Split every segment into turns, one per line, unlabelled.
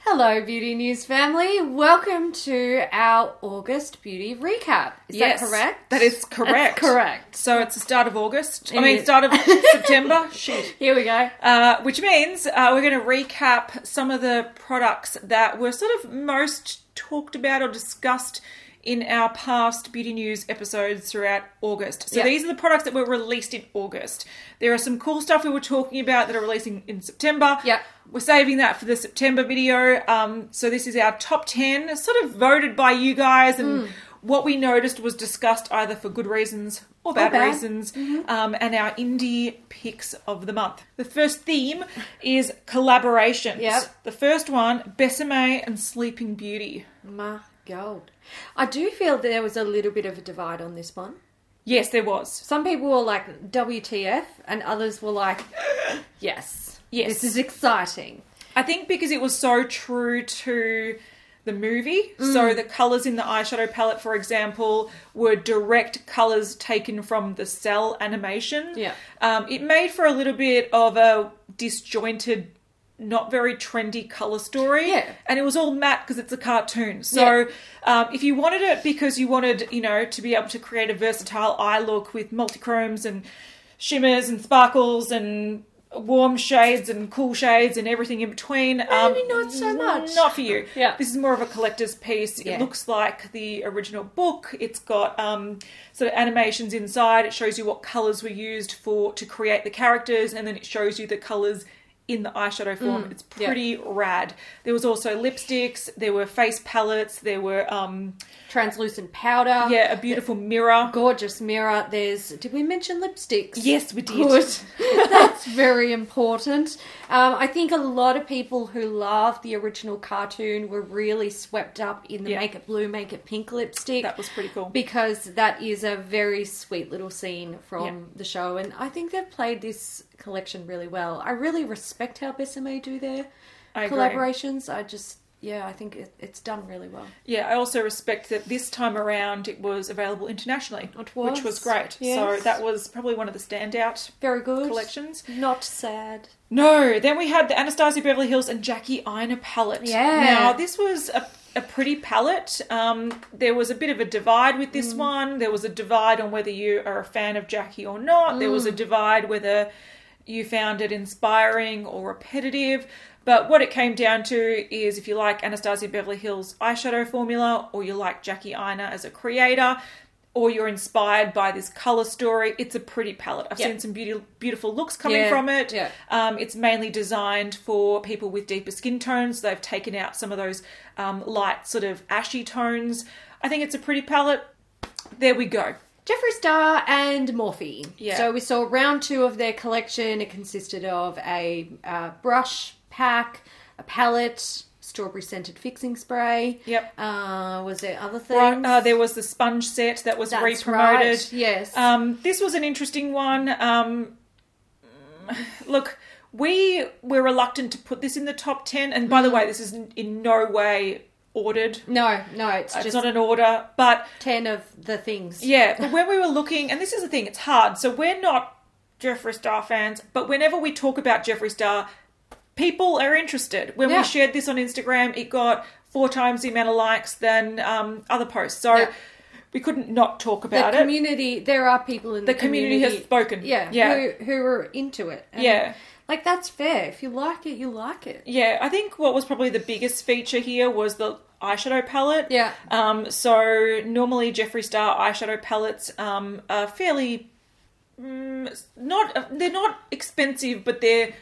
Hello, Beauty News family. Welcome to our August beauty recap. Is
yes,
that correct?
That is correct.
That's correct.
So it's the start of August. I
It
mean,
is.
start of September. Shit.
Here we go.
Uh, which means uh, we're going to recap some of the products that were sort of most talked about or discussed in our past beauty news episodes throughout August. So
Yeah.
these are the products that were released in August. There are some cool stuff we were talking about that are releasing in September.
Yeah.
We're saving that for the September video. Um, so this is our top 10, sort of voted by you guys
Hmm.
and what we noticed was discussed either for good reasons or bad,
bad.
reasons
Mm-hmm.
um, and our indie picks of the month. The first theme is collaborations.
Yep.
The first one, Besame and Sleeping Beauty.
My gold. I do feel there was a little bit of a divide on this one.
Yes, there was.
Some people were like, WTF, and others were like, yes.
Yes.
This is exciting.
I think because it was so true to the movie.
Mm.
So the colours in the eyeshadow palette, for example, were direct colours taken from the cell animation.
Yeah.
Um, it made for a little bit of a disjointed, not very trendy colour story.
Yeah.
And it was all matte because it's a cartoon. So um, if you wanted it because you wanted, you know, to be able to create a versatile eye look with multichromes and shimmers and sparkles and warm shades and cool shades and everything in between. um,
Maybe not so much.
Not for you.
Yeah.
This is more of a collector's piece.
Yeah.
It looks like the original book. It's got um, sort of animations inside. It shows you what colours were used for to create the characters, and then it shows you the colours in the eyeshadow form. it's
Mm, yeah.
pretty rad. There was also lipsticks. There were face palettes. There were um,
Translucent powder.
yeah, a beautiful mirror.
Gorgeous mirror. There's, did we mention lipsticks?
Yes, we did.
Good. That's very important. Um, I think a lot of people who loved the original cartoon were really swept up in the
Yeah.
make it blue, make it pink lipstick.
That was pretty cool.
Because that is a very sweet little scene from
Yeah.
the show. And I think they've played this collection really well. I really respect how Besame do their
I agree.
collaborations. I just, yeah, I think it, it's done really well.
Yeah, I also respect that this time around it was available internationally,
It
which
was,
was great.
yes.
So that was probably one of the standout
Very good.
collections.
Not sad.
No, then we had the Anastasia Beverly Hills and Jackie Ina palette.
Yeah.
Now, this was a, a pretty palette. Um, there was a bit of a divide with
Mm.
this one. There was a divide on whether you are a fan of Jackie or not. There
Mm.
was a divide whether you found it inspiring or repetitive. But what it came down to is if you like Anastasia Beverly Hills eyeshadow formula or you like Jackie Ina as a creator or you're inspired by this color story, it's a pretty palette. I've
Yeah.
seen some beauty, beautiful looks coming
Yeah,
from it.
yeah.
Um, it's mainly designed for people with deeper skin tones. They've taken out some of those um, light, sort of ashy tones. I think it's a pretty palette. There we go.
Jeffree Star and Morphe.
Yeah.
So we saw round two of their collection. It consisted of a uh, brush pack, a palette, strawberry scented fixing spray.
Yep.
Uh, was there other things?
Right, uh, there was the sponge set that was
That's
re-promoted.
right, yes.
Um, this was an interesting one. Um, look, we were reluctant to put this in the top ten. And
Mm.
by the way, this is n- in no way ordered.
no, no, it's
It's
just
not an order, but
ten of the things.
Yeah, but when we were looking, and this is the thing, it's hard. So we're not Jeffree Star fans, but whenever we talk about Jeffree Star, people are interested. When
Yeah.
we shared this on Instagram, it got four times the amount of likes than um, other posts. So
Yeah.
we couldn't not talk
The
about it.
community. There are people in the,
The community has spoken.
Yeah.
Yeah.
Who, who are into it? And,
Yeah.
Like that's fair. If you like it, you like it.
Yeah, I think what was probably the biggest feature here was the eyeshadow palette.
Yeah.
Um, so normally Jeffree Star eyeshadow palettes um, are fairly mm, not they're not expensive, but they're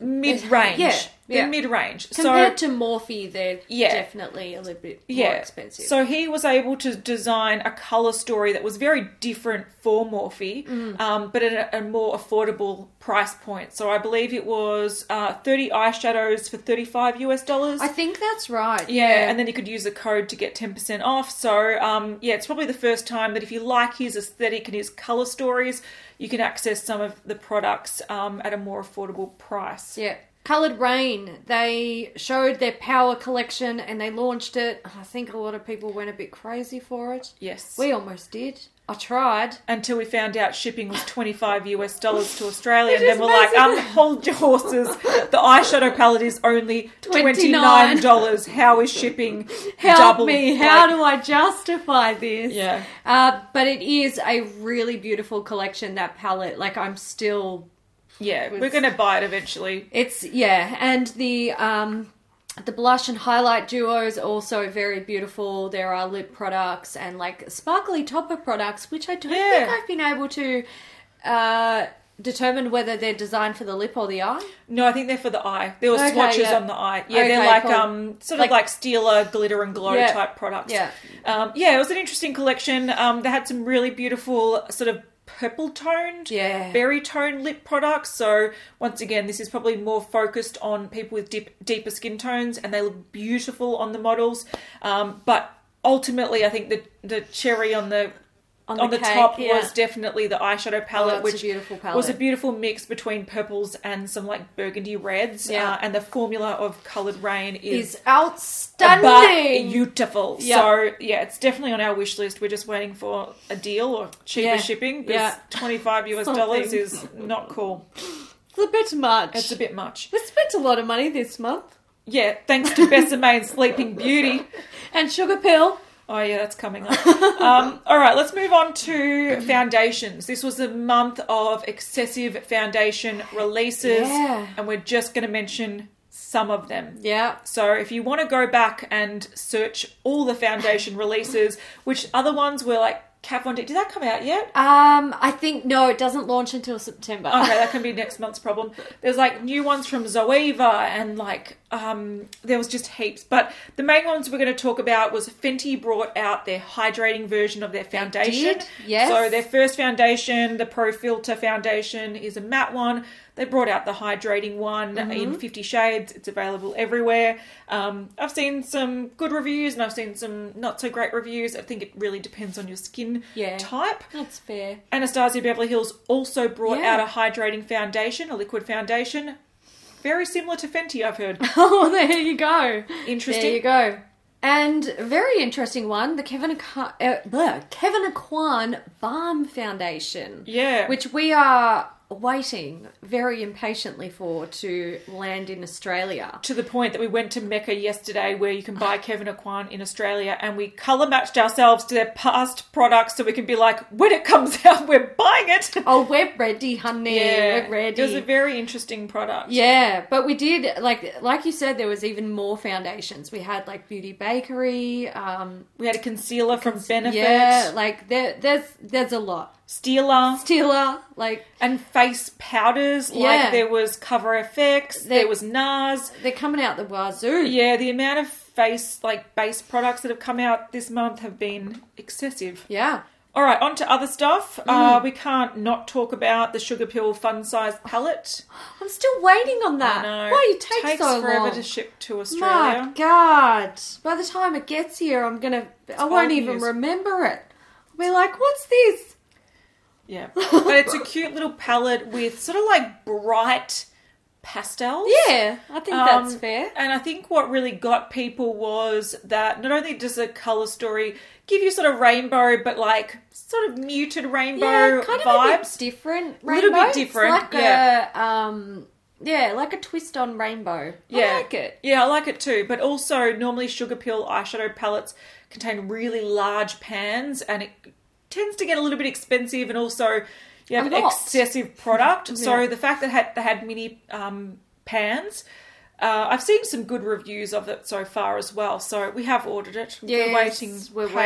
mid range.
Yeah, yeah.
They're mid range. So
Compared to Morphe, they're
Yeah.
definitely a little bit more expensive.
so he was able to design a color story that was very different for Morphe,
Mm.
um, but at a, a more affordable price point. So I believe it was uh, 30 eyeshadows for 35 US dollars.
I think that's right.
Yeah, and then you could use a code to get 10% off. So, um, yeah, it's probably the first time that if you like his aesthetic and his color stories, you can access some of the products um, at a more affordable price.
yeah. Colored Rain, they showed their power Oh, collection and they launched it. I think a lot of people went a bit crazy for it.
Yes.
We almost did. I tried.
until we found out shipping was 25 US dollars to Australia.
Which
and then
is
we're like, um,
massive.
hold your horses. The eyeshadow palette is only
$29.
$29. How is shipping
Help
double?
me. How do I justify this?
Yeah.
Uh, but it is a really beautiful collection, that palette. Like, I'm still
Yeah,
was-
we're going to buy it eventually.
It's yeah, and the um the blush and highlight duo is also very beautiful. There are lip products and like sparkly topper products, which I don't
Yeah.
think I've been able to uh determine whether they're designed for the lip or the eye.
No, I think they're for the eye. There were
Okay,
swatches
yeah.
on the eye. Yeah,
Okay,
they're like
cool.
um sort
Like-
of like Steeler glitter and glow
Yeah.
type products.
Yeah.
Um, yeah, it was an interesting collection. Um, they had some really beautiful sort of purple toned,
Yeah.
berry toned lip products. So once again, this is probably more focused on people with deep, deeper skin tones, and they look beautiful on the models. Um, but ultimately, I think the the cherry on the on the,
cake,
top
yeah.
was definitely the eyeshadow palette,
it's a
which
beautiful
was a
palette.
beautiful mix between purples and some like burgundy reds.
Yeah.
Uh, and the formula of coloured rain is,
is
but
outstanding.
beautiful.
Yeah.
So yeah, it's definitely on our wish list. We're just waiting for a deal or cheaper
Yeah.
shipping because
Yeah.
twenty five US
Something.
dollars is not cool.
it's a bit much.
It's a bit much.
we spent a lot of money this month.
Yeah, thanks to Besame and Sleeping Beauty.
And sugar pill.
Oh yeah, that's coming up. um, all right, let's move on to foundations. This was a month of excessive foundation releases,
Yeah.
and we're just going to mention some of them.
Yeah.
So if you want to go back and search all the foundation releases, which other ones were like Kat Von D, did that come out yet?
Um, I think no, it doesn't launch until September.
Okay, that can be next month's problem. There's like new ones from Zoeva and like um there was just heaps. But the main ones we're going to talk about was Fenty brought out their hydrating version of their foundation.
did, yes.
So their first foundation, the Pro Filter foundation is a matte one. They brought out the hydrating one
Mm-hmm.
in 50 shades. It's available everywhere. Um, I've seen some good reviews and I've seen some not so great reviews. I think it really depends on your skin
Yeah.
type.
That's fair.
Anastasia Beverly Hills also brought
Yeah.
out a hydrating foundation, a liquid foundation, very similar to Fenty, I've heard.
Oh, there you go.
Interesting.
There you go. And a very interesting one, the Kevin Aqu- uh, bleh, Kevin Aquan Balm Foundation.
Yeah.
Which we are waiting very impatiently for to land in Australia.
to the point that we went to Mecca yesterday where you can buy
Ah.
Kevin Aquan in Australia and we colour matched ourselves to their past products so we can be like, when it comes out, we're buying it.
Oh, we're ready, honey. We're ready.
It was a very interesting product.
yeah, but we did like like you said there was even more foundations. We had like Beauty Bakery, um
We had a concealer from Benefit,
yeah, like there there's there's a lot.
Steeler,
Tila, like
and face powders.
Yeah.
Like there was Cover FX,
They-
there was NARS.
they're coming out the wazoo.
Yeah, the amount of face like base products that have come out this month have been excessive.
Yeah.
All right, on to other stuff.
Mm.
Uh, we can't not talk about the sugar pill fun size palette.
I'm still waiting on that.
No,
Why you take
takes
so
forever
long?
to ship to Australia.
My God! By the time it gets here, I'm gonna. I won't
old
even
news.
remember it. I'll be like, "What's this?"
Yeah, but it's a cute little palette with sort of like bright pastels.
Yeah, I think that's
Um,
fair.
And I think what really got people was that not only does the color story give you sort of rainbow, but like sort of muted rainbow
Yeah, kind
vibes.
of a bit different.
Little bit
rainbow. It's
different,
like
yeah.
a um, yeah, like a twist on rainbow.
Yeah.
I like it.
Yeah, I like it too. But also, normally sugar pill eyeshadow palettes contain really large pans, and it tends to get a little bit expensive. And also, you have
A lot.
excessive product.
Yeah.
So the fact that had, they had mini um, pans. Uh, I've seen some good reviews of it so far as well, so we have ordered it.
Yes,
we're waiting
we're waiting.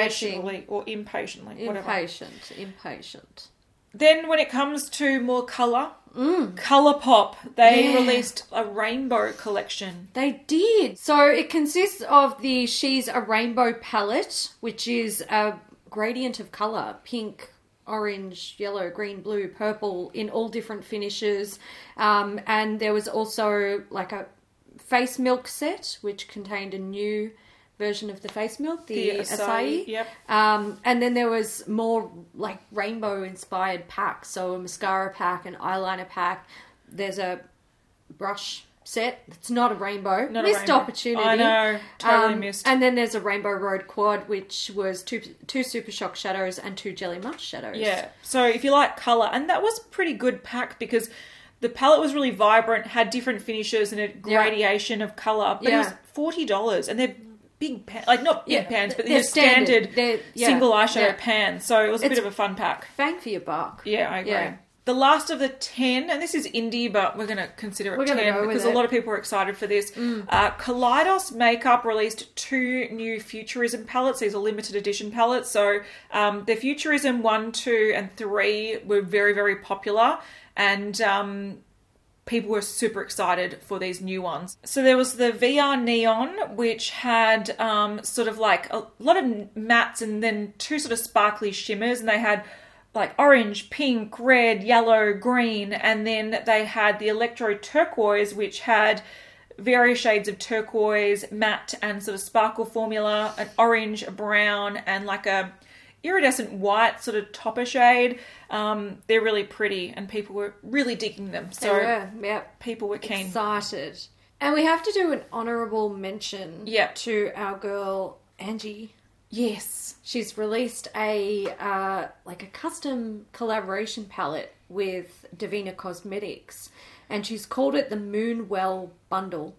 patiently or impatiently, whatever.
Impatient, impatient.
Then, when it comes to more color, color pop, they
Mm. Yeah.
released a rainbow collection.
They did. So it consists of the She's a Rainbow palette, which is a gradient of color pink, orange, yellow, green, blue, purple in all different finishes. Um, and there was also like a face milk set, which contained a new version of the face milk, the, acai.
Yep.
Um, and then there was more like rainbow inspired packs. So a mascara pack, an eyeliner pack. There's a brush set that's not a rainbow.
Not a
missed
rainbow.
opportunity.
I know, totally
Um,
missed.
And then there's a Rainbow Road quad, which was two two Super Shock shadows and two Jelly Mush shadows.
Yeah. So if you like color, and that was a pretty good pack because the palette was really vibrant, had different finishes and a gradation of color. But it was
Yeah.
forty dollars, and they're big, pa- like not big
Yeah.
pans, but
They're
they're, standard,
standard. They're- yeah.
single eyeshadow
Yeah.
pans. So it was a
It's-
bit of a fun pack.
Bang for your buck.
Yeah, I agree.
Yeah.
The last of the 10, and this is indie, but we're going to consider it
We're
10
gonna go with
because
it. Mm.
a lot of people are excited for this. Uh, Kaleidos Makeup released two new Futurism palettes. These are limited edition palettes. So um, the Futurism 1, 2, and 3 were very, very popular. And um, people were super excited for these new ones. So there was the VR Neon, which had um, sort of like a lot of mattes and then two sort of sparkly shimmers, and they had like orange, pink, red, yellow, green, and then they had the Electro Turquoise, which had various shades of turquoise, matte, and sort of sparkle formula, an orange, a brown, and like a iridescent white sort of topper shade. Um, they're really pretty, and people were really digging them.
They
So
were. Yep.
people were keen.
Excited. And we have to do an honourable mention
Yep.
to our girl Angie.
yes.
She's released a uh, like a custom collaboration palette with Davina Cosmetics, and she's called it the Moonwell Bundle.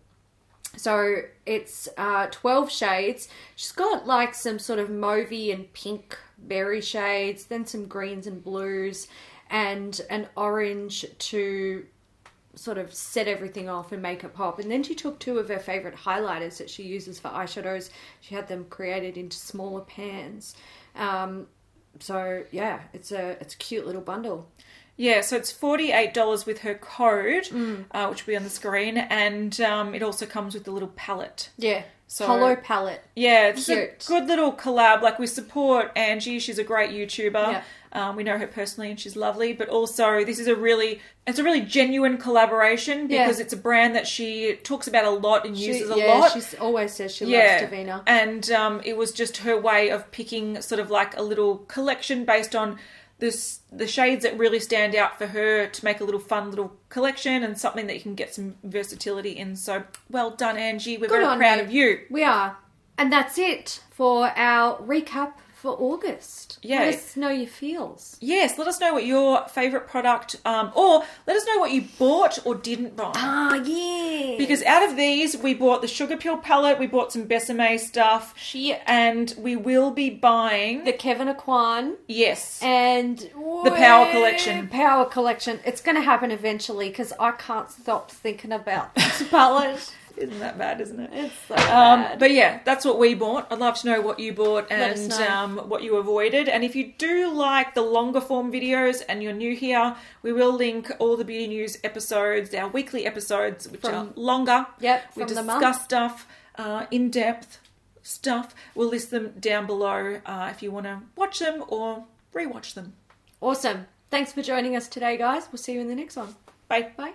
So it's uh, twelve shades. She's got like some sort of mauvey and pink berry shades, then some greens and blues, and an orange to sort of set everything off and make it pop. And then she took two of her favorite highlighters that she uses for eyeshadows. She had them created into smaller pans. Um, so yeah, it's a it's a cute little bundle.
Yeah, so it's $48 with her code,
Mm.
uh, which will be on the screen, and um, it also comes with the little palette.
Yeah,
So-
hollow palette.
Yeah, it's
Cute.
a good little collab. Like we support Angie; she's a great YouTuber.
Yeah.
Um, we know her personally, and she's lovely. But also, this is a really it's a really genuine collaboration
Yeah.
because it's a brand that she talks about a lot and
She,
uses a
yeah,
lot.
she always says she loves Davina.
And um, it was just her way of picking sort of like a little collection based on this the shades that really stand out for her to make a little fun little collection and something that you can get some versatility in. So well done, Angie. We're
Good
very
on
proud
you.
of you.
We are, and that's it for our recap for August.
Yeah.
let us know your feels.
Yes, let us know what your favourite product, um, or let us know what you bought or didn't buy.
Ah, yeah.
Because out of these, we bought the sugar peel palette, we bought some Besame stuff,
Shit.
and we will be buying.
the Kevin Aquan.
yes.
and
The Power Collection.
Power collection. It's going to happen eventually because I can't stop thinking about this palette.
Isn't that bad, isn't it?
It's so
Um,
bad.
but yeah, that's what we bought. I'd love to know what you bought
Let us
and
know.
um, what you avoided. And if you do like the longer form videos and you're new here, we will link all the beauty news episodes, our weekly episodes, which
From-
are longer.
Yep,
we
from the
discuss
month.
stuff uh, in depth. Stuff. We'll list them down below uh, if you want to watch them or rewatch them.
Awesome. Thanks for joining us today, guys. We'll see you in the next one.
Bye.
Bye.